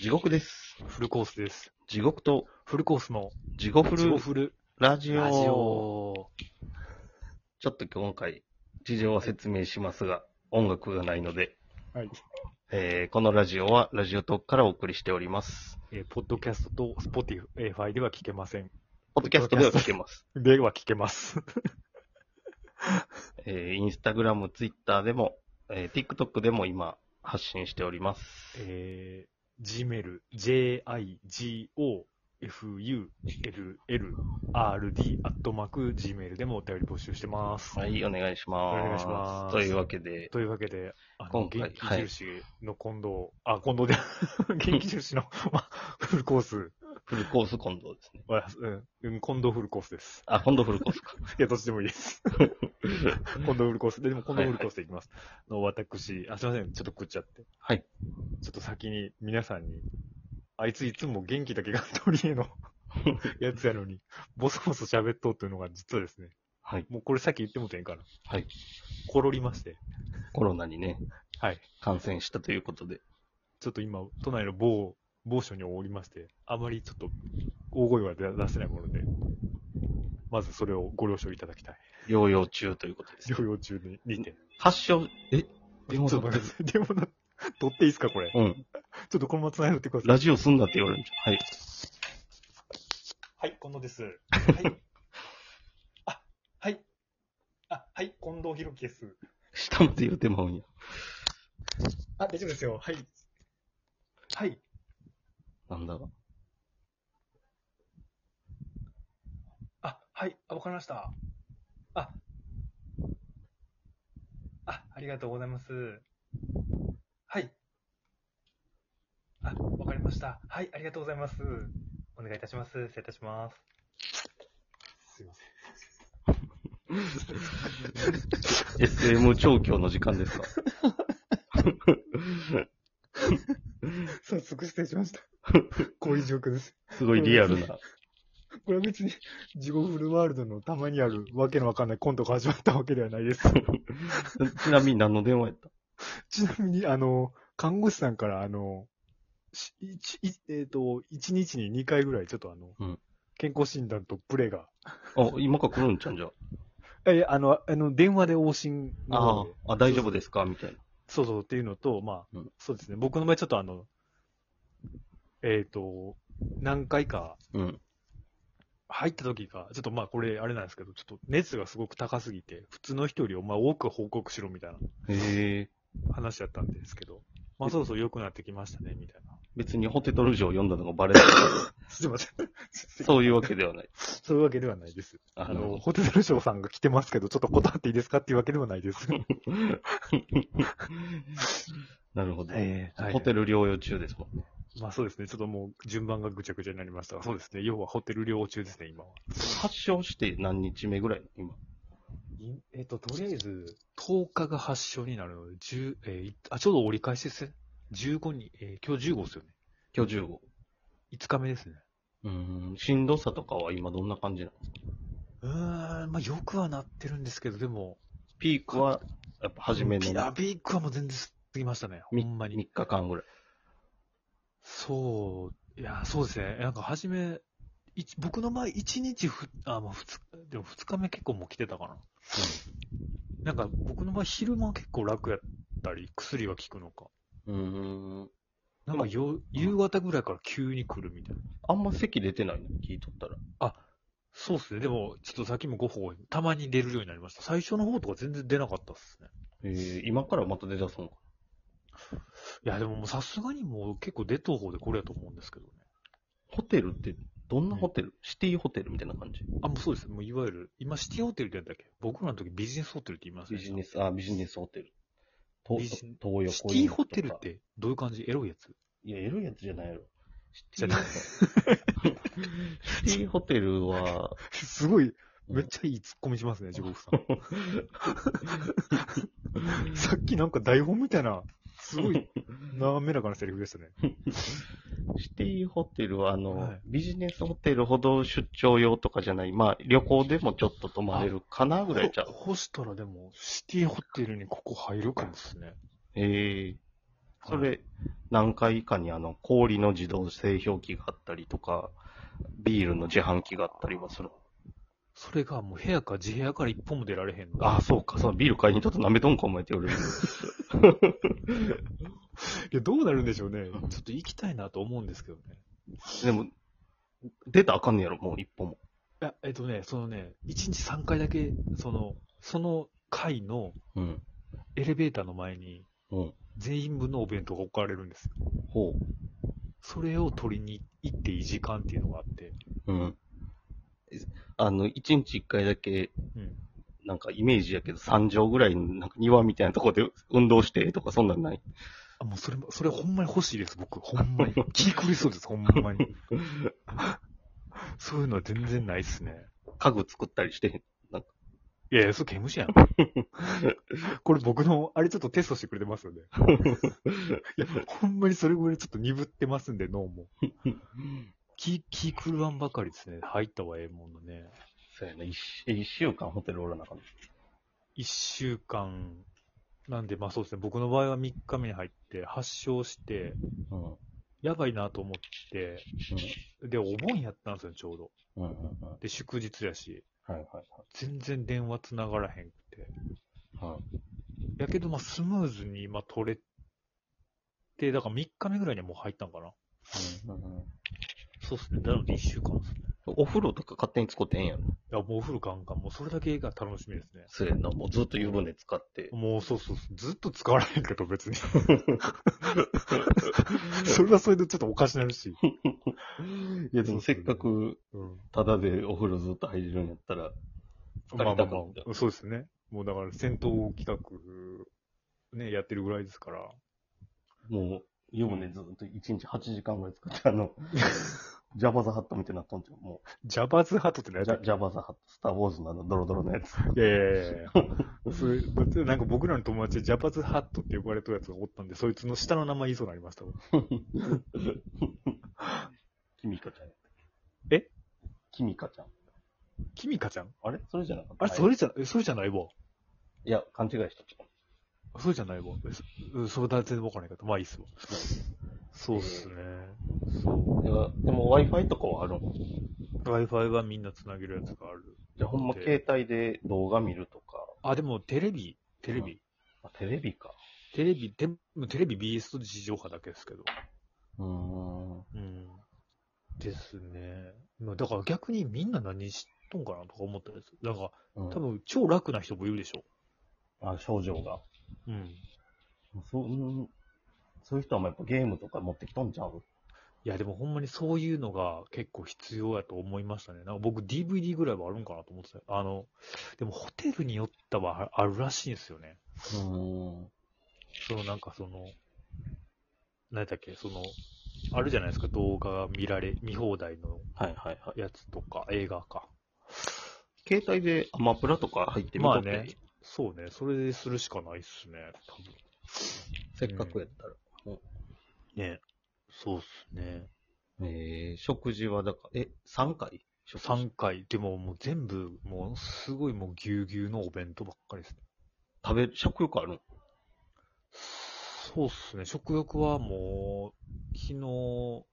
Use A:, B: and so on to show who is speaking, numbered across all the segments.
A: 地獄です。
B: フルコースです。
A: 地獄と
B: フルコースの
A: 地獄フ
B: ジゴ
A: ル
B: フル
A: ラジオ。
B: ラジオ。
A: ちょっと今回、事情を説明しますが、音楽がないので、
B: はい。
A: えーこのラジオはラジオトークからお送りしております。
B: えーポッドキャストとスポティフ、えーファイでは聞けません。
A: ポッドキャストでは聞けます。
B: では聞 けます。
A: えー、インスタグラム、ツイッターでも、えー、TikTok でも今、発信しております。
B: えー、gmail, jigofulld, アットマーク、gmail でもお便り募集してます。
A: はい、お願いします。
B: お願いします
A: というわけで、
B: というわけで、あの、
A: 今回
B: 元気印の近藤、あ、近藤で、 元気印の、ま、フルコース
A: フルコース今度ですね。
B: は、うん、近藤フルコースです。
A: あ、今度フルコースか。
B: いや、どっちでもいい です。コンドウルコースで、でもコンドウルコースでいきます。の、私、あ、すいません、ちょっと食っちゃって。
A: はい。
B: ちょっと先に皆さんに、あいついつも元気だけが取 り柄のやつやのに、ボソボソ喋っとうというのが実はですね、
A: はい。
B: もうこれさっき言ってもてんから、
A: はい。
B: コロりまして、
A: コロナにね、
B: はい。
A: 感染したということで、
B: ちょっと今、都内の某、某所におりまして、あまりちょっと大声は出出せないもので、まずそれをご了承いただきたい。
A: 療養中ということです。
B: 療養中ににて。
A: 発症、え
B: ちょっと 待ってください電話の、取っていいですか、これ。
A: うん。
B: ちょっとこのまま繋いでってください。
A: ラジオすんなって言われるんじゃん。はい。
B: はい、近藤 です。はい。あ、はい。あ、はい、近藤弘樹です。
A: 下まで言うてまうんや。
B: あ、大丈夫ですよ。はい。はい。
A: なんだ
B: あ、はい。あ、わかりました。あ。あ、ありがとうございます。はい。あ、わかりました。はい、ありがとうございます。お願いいたします。失礼いたし ます。すいません。
A: SM 調教の時間ですか
B: 早速失礼しま した。こういう状況です。
A: すごいリアルな。
B: これは別に、地獄フルワールドのたまにあるわけのわかんないコントが始まったわけではないです。
A: ちなみに何の電話やった
B: ちなみに、あの、看護師さんから、あの、し一一えっ、と、一日に2回ぐらい、ちょっとあの、
A: うん
B: 健康診断とプレが、
A: あ、今から来るんちゃうんじゃん。
B: え、あの、あの、電話で往診
A: あ
B: の方で
A: あ、大丈夫ですかみたいな。
B: そうそうっていうのと、まあ、
A: うん
B: そうですね、僕の場合ちょっとあの、えっ、と、何回か、
A: うん。
B: 入った時が、ちょっとまあこれあれなんですけど、ちょっと熱がすごく高すぎて、普通の人よりお前多く報告しろみたいな
A: へえ。
B: 話だったんですけど、まあそろそろ良くなってきましたね、みたいな。
A: 別にホテトルジを読んだのがバレない。
B: すいません。
A: そういうわけではない。
B: そういうわけではないです。あ
A: あ
B: の、
A: の、
B: ホテルショーさんが来てますけど、ちょっと断っていいですかっていうわけではないです。
A: なるほど。
B: ええはい
A: ホテル療養中ですもんね。
B: まあそうですね、ちょっともう順番がぐちゃぐちゃになりましたが、そうですね、要はホテル療養中ですね、今は。
A: 発症して何日目ぐらい今。
B: えっと、とりあえず、10日が発症になるので、10、えーあ、ちょうど折り返しですね。15に、えー今日15ですよね。
A: 今日15。
B: 5日目ですね。
A: うーん、しんどさとかは今どんな感じなの
B: うーん、まあ、よくはなってるんですけど、でも、
A: ピークは、やっぱ初めの
B: ピラ
A: 3
B: ビークはもう全然過ぎましたね、ほんまに。
A: 日間ぐらい。
B: そう、いや、そうですね、なんか初め、一僕の前、1日ふ、あ、まあ、2日、でも2日目結構もう来てたかな。なんか僕の場合、昼間結構楽やったり、薬が効くのか。
A: うーん。
B: なんかよ、夕方ぐらいから急に来るみたいな。
A: あんま席出てないの聞いとったら。
B: そうですね。でも、ちょっとさっきもご報告たまに出るようになりました。最初の方とか全然出なかったっすね。
A: えー、今からまた出だすのか。
B: いや、でももうさすがにもう結構出とう方でこれやと思うんですけどね。
A: ホテルって、どんなホテル、シティホテルみたいな感じ
B: あ、もうそうです。もういわゆる、今シティホテルってやったっけ僕らの時ビジネスホテルって言いますね。
A: ビジネス、あ、ビジネスホテル。と
B: ビ
A: 東
B: ジネ
A: 横イン
B: シティホテル
A: と
B: っ
A: か。
B: てどういう感じエロいやつ
A: いや、エロいやつじゃないやろ。シテ
B: じゃ
A: ィ
B: ない
A: ホテル。シティホ テルは、
B: すごい、めっちゃいいツッコミしますね、地獄 さん。さっきなんか台本みたいな、すご い、滑らかなセリフでしたね。
A: シティホテルは、あの、
B: はい
A: ビジネスホテルほど出張用とかじゃない、まあ、旅行でもちょっと泊まれるかなぐらいちゃう。
B: ほしたらでも、シティホテルにここ入るかもですね。
A: ええそれ、何回かにあの、氷の自動製氷機があったりとか、ビールの自販機があったりはする。
B: それがもう部屋か自部屋から一歩も出られへんの。
A: ああ、そうか、そのビール買いにちょっと舐めとんか、お前って 言われる。
B: いや、どうなるんでしょうね。ちょっと行きたいなと思うんですけどね。
A: でも、出たらあかんねやろ、もう一歩も。
B: いや、えっとね、そのね、1日3回だけ、その、その階の
A: うん。
B: エレベーターの前に
A: うん。
B: 全員分のお弁当が置かれるんですよ。
A: ほ
B: それを取りに行っていい時間っていうのがあって。
A: う。うん。あの、一日一回だけ、
B: うん。
A: なんかイメージやけど、3畳ぐらいのなんか庭みたいなとこで運動してとか、そんなんない。
B: あ、もうそれも、それほんまに欲しいです、僕。ほんまに。気狂いそうです、ほんまに。そういうのは全然ないっすね。
A: 家具作ったりしてへん。
B: いやいや、それ刑務所やん。これ僕の、あれちょっとテストしてくれてますよね。いや、ほんまにそれぐらいちょっと鈍ってますんで、脳も。気、気狂わんばかりですね。入ったはええものね。
A: そうやな、一一週間ホテルおらなあかん。
B: 一週間、なんで、まあそうですね。僕の場合は3日目に入って、発症して、
A: うん。うん。
B: やばいなと思って、で、お盆やったんですよ、ちょうど。
A: うん。うん。うん
B: で、祝日やし、
A: はいはい
B: 全然電話繋がらへんくて。
A: はい。
B: やけど、まあ、スムーズに今取れて、だから3日目ぐらいにはもう入ったんかな。
A: うんうんうん
B: そうっすね。なので1週間ですね。
A: お風呂とか勝手に使ってへんやろ。
B: いや、もうお風呂ガンガン、もうそれだけが楽しみですね。
A: そうやんな、もうずっと湯船使って。
B: もうそうそうそう、ずっと使われへんけど別に。 それはそれでちょっとおかしなるし。
A: いや、でもせっかく、
B: うん。
A: タダでお風呂ずっと入れるんやったら、
B: まあま
A: 二
B: あま
A: 人だ
B: あ、そうですね。もうだから戦闘企画、ね、やってるぐらいですから。
A: もう、湯船ずっと1日8時間ぐらい使って、あ の、ジャバザハットみたいになっとんじゃん。も
B: ジャバズハトっての
A: う、
B: や
A: ジ
B: つ
A: ャジャバザハット、スターウォーズのあの、ドロドロのやつ。
B: いやいやいやいや それなんか僕らの友達でジャパズハットって呼ばれたやつがおったんで、そいつの下の名前言いそうになりましたわ。
A: キミカちゃんやった。
B: え
A: キミカちゃん。
B: キミカちゃん
A: あれそれじゃなかった
B: あれ、それじゃ、えそれじゃないわ。
A: いや、勘違いした。
B: そうじゃないわ。えそうんそれだ全然わからないけど、まあいいっすわ。そうっすね。そ
A: ではでも Wi-Fi とかはあるん
B: う。Wi-Fi はみんな繋げるやつがある。
A: じゃあほんま携帯で動画見るとか、
B: あ、でもテレビ、テレビ。
A: あテレビか。
B: テレビ、でもテレビ BS と地上波だけですけど。
A: うーん。
B: うん。ですね。まあだから逆にみんな何しとんかなとか思ったんです。なんか、
A: うん、
B: 多分超楽な人もいるでしょ。
A: あ、症状が。
B: うん。
A: そう、うん、そういう人はもうやっぱゲームとか持ってきとんちゃう
B: いや、でもほんまにそういうのが結構必要やと思いましたね。なんか僕 DVD ぐらいはあるんかなと思ってた。あの、でもホテルによったはああるらしいんですよね。
A: うん。
B: そのなんかその、何だっけ、その、あるじゃないですか、動画が見られ、見放題の
A: はいはいはい。
B: やつとか、映画か。
A: 携帯でアマプラとか入ってみ
B: ま
A: と
B: あ
A: って、
B: ね、そうね、それでするしかないっすね、多分。
A: せっかくやったら。
B: ね、そうっすね。
A: えー、食事はだから、え、3回食事
B: 3回、でももう全部、もうすごいもうぎゅうぎゅうのお弁当ばっかりですね。
A: 食べ、食欲あるん
B: そうっすね、食欲はもう、昨日、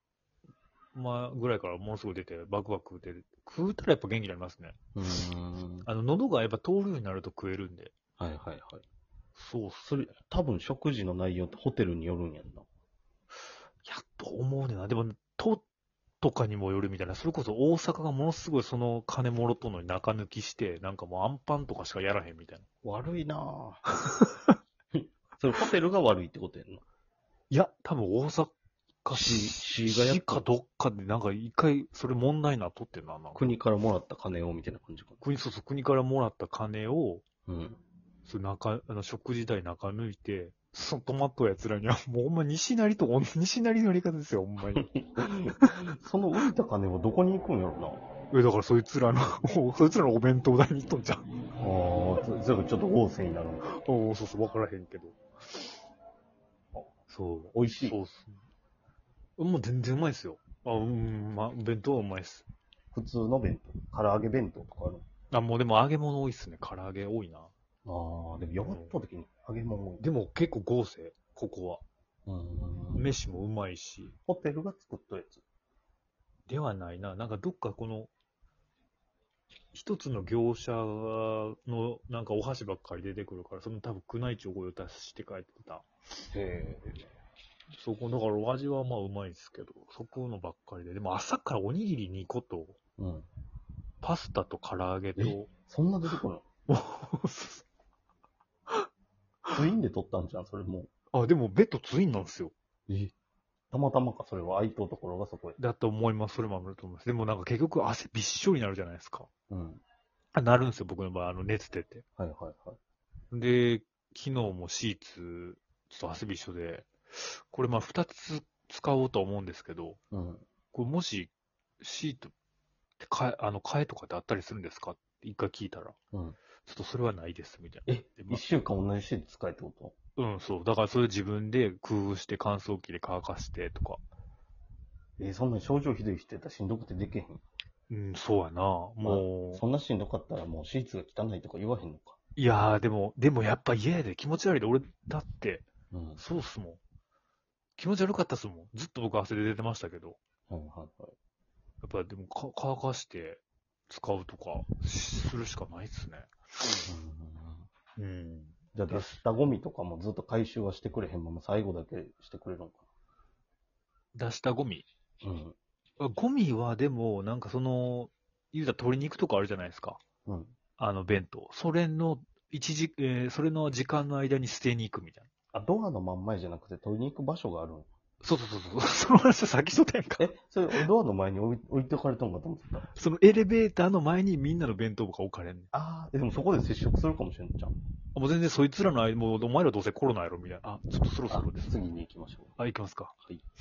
B: まあ、ぐらいからものすごい出て、バクバク出て、食うたらやっぱ元気になりますね。
A: うーん。
B: あの、喉がやっぱ通るようになると食えるんで。
A: はいはいはい。
B: そうっ
A: それ、多分食事の内容ってホテルによるんやんな。
B: やっと思うねんな。でも、都とかにもよるみたいな。それこそ大阪がものすごいその金もろとんのに中抜きして、なんかもうアンパンとかしかやらへんみたいな。
A: 悪いなぁ。 それホテルが悪いってことやんな。
B: いや、多分大阪
A: 市
B: 市
A: 市がやっ
B: 市かどっかでなんか一回それ問題になっとってんな。なんか
A: 国からもらった金をみたいな感じか
B: 国、そうそう、国からもらった金を、
A: な。うん。
B: そう中、あの、食事代中抜いて、そのトマトやつらには、もうほんま西成と同じ、西成のやり方ですよ、ほんまに。
A: その浮いた金はどこに行くんやろ
B: え、だからそいつらの、 おそいつらのお弁当代に行っとんじゃん。
A: な。ああ、それがちょっと旺盛になるのか。
B: おおそうそう、わからへんけど。そう。
A: 美味しい
B: そうっすね。もう全然うまいっすよ。あ、うん、まあ、弁当はうまいっす。
A: 普通の弁当。唐揚げ弁当とかある
B: あ、もうでも揚げ物多いっすね。唐揚げ多いな。
A: ああ、でも、ヨガった時に揚げ物多い。
B: でも結構豪勢、ここは。
A: うん。
B: 飯もうまいし。
A: ホテルが作ったやつ。
B: ではないな。なんかどっかこの、一つの業者のなんかお箸ばっかり出てくるから、その多分宮内庁御用達して帰ってた。
A: へ
B: そこ、だからお味はまあうまいですけど、そこのばっかりで。でも朝からおにぎり2個と、
A: え。うん。
B: パスタと唐揚げと、
A: そんな出てこない。ツインで撮ったんじゃん、それも
B: あ、でもベッドツインなんですよ。
A: う。えたまたまか、それは空いとうところがそこへ。
B: だと思います。それもあると思います。でもなんか結局汗びっしょりになるじゃないですか。
A: うん。
B: あなるんですよ、僕の場合、あの熱出て。
A: はいはいはい。
B: で、昨日もシーツ、ちょっと汗びっしょで、これまあ2つ使おうとは思うんですけど、
A: うん。
B: これもしシートって替え、あの、替えとかってあったりするんですかって一回聞いたら、
A: うん。
B: ちょっとそれはないです、みたいな。
A: え
B: で、ま
A: 一週間同じシート使えってこ
B: うん、そう。だからそれ自分で工夫して乾燥機で乾かしてとか。
A: とえ、そんなに症状ひどい人やったらしんどくてできへん。
B: うん、そうやな。もう、
A: そんなしんどかったらもうシーツが汚いとか言わへんのか。
B: いやーでも、でもやっぱ家で気持ち悪いで、俺だって、
A: うん。はい
B: そうっすもん。気持ち悪かったっすもん。ずっと僕汗で出てましたけど。
A: はいはい。
B: やっぱでもか乾かして使うとかしするしかないっすね。うん。
A: じゃあ出したゴミとかもずっと回収はしてくれへんまま最後だけしてくれるのか
B: 出したゴミ
A: な。うん。
B: あゴミはでも、なんかその、言うたら鶏肉とかあるじゃないですか。
A: うん。
B: あの弁当。それの、一時、えーそれの時間の間に捨てに行くみたいな。
A: あ、ドアの真ん前じゃなくて取りに行く場所があるの
B: そうそうそうそう。 その話は先しとったやんか。
A: え、それドアの前に置い置いておかれたんかと思ってた。
B: そのエレベーターの前にみんなの弁当箱置かれんねん
A: ああ、えでもそこで接触するかもしれんじゃん。
B: あもう全然そいつらの間、もうお前らどうせコロナやろみたいな。あ、ちょっとそろそ
A: あ
B: ろです。
A: 次に行きましょう。
B: あ、行きますか。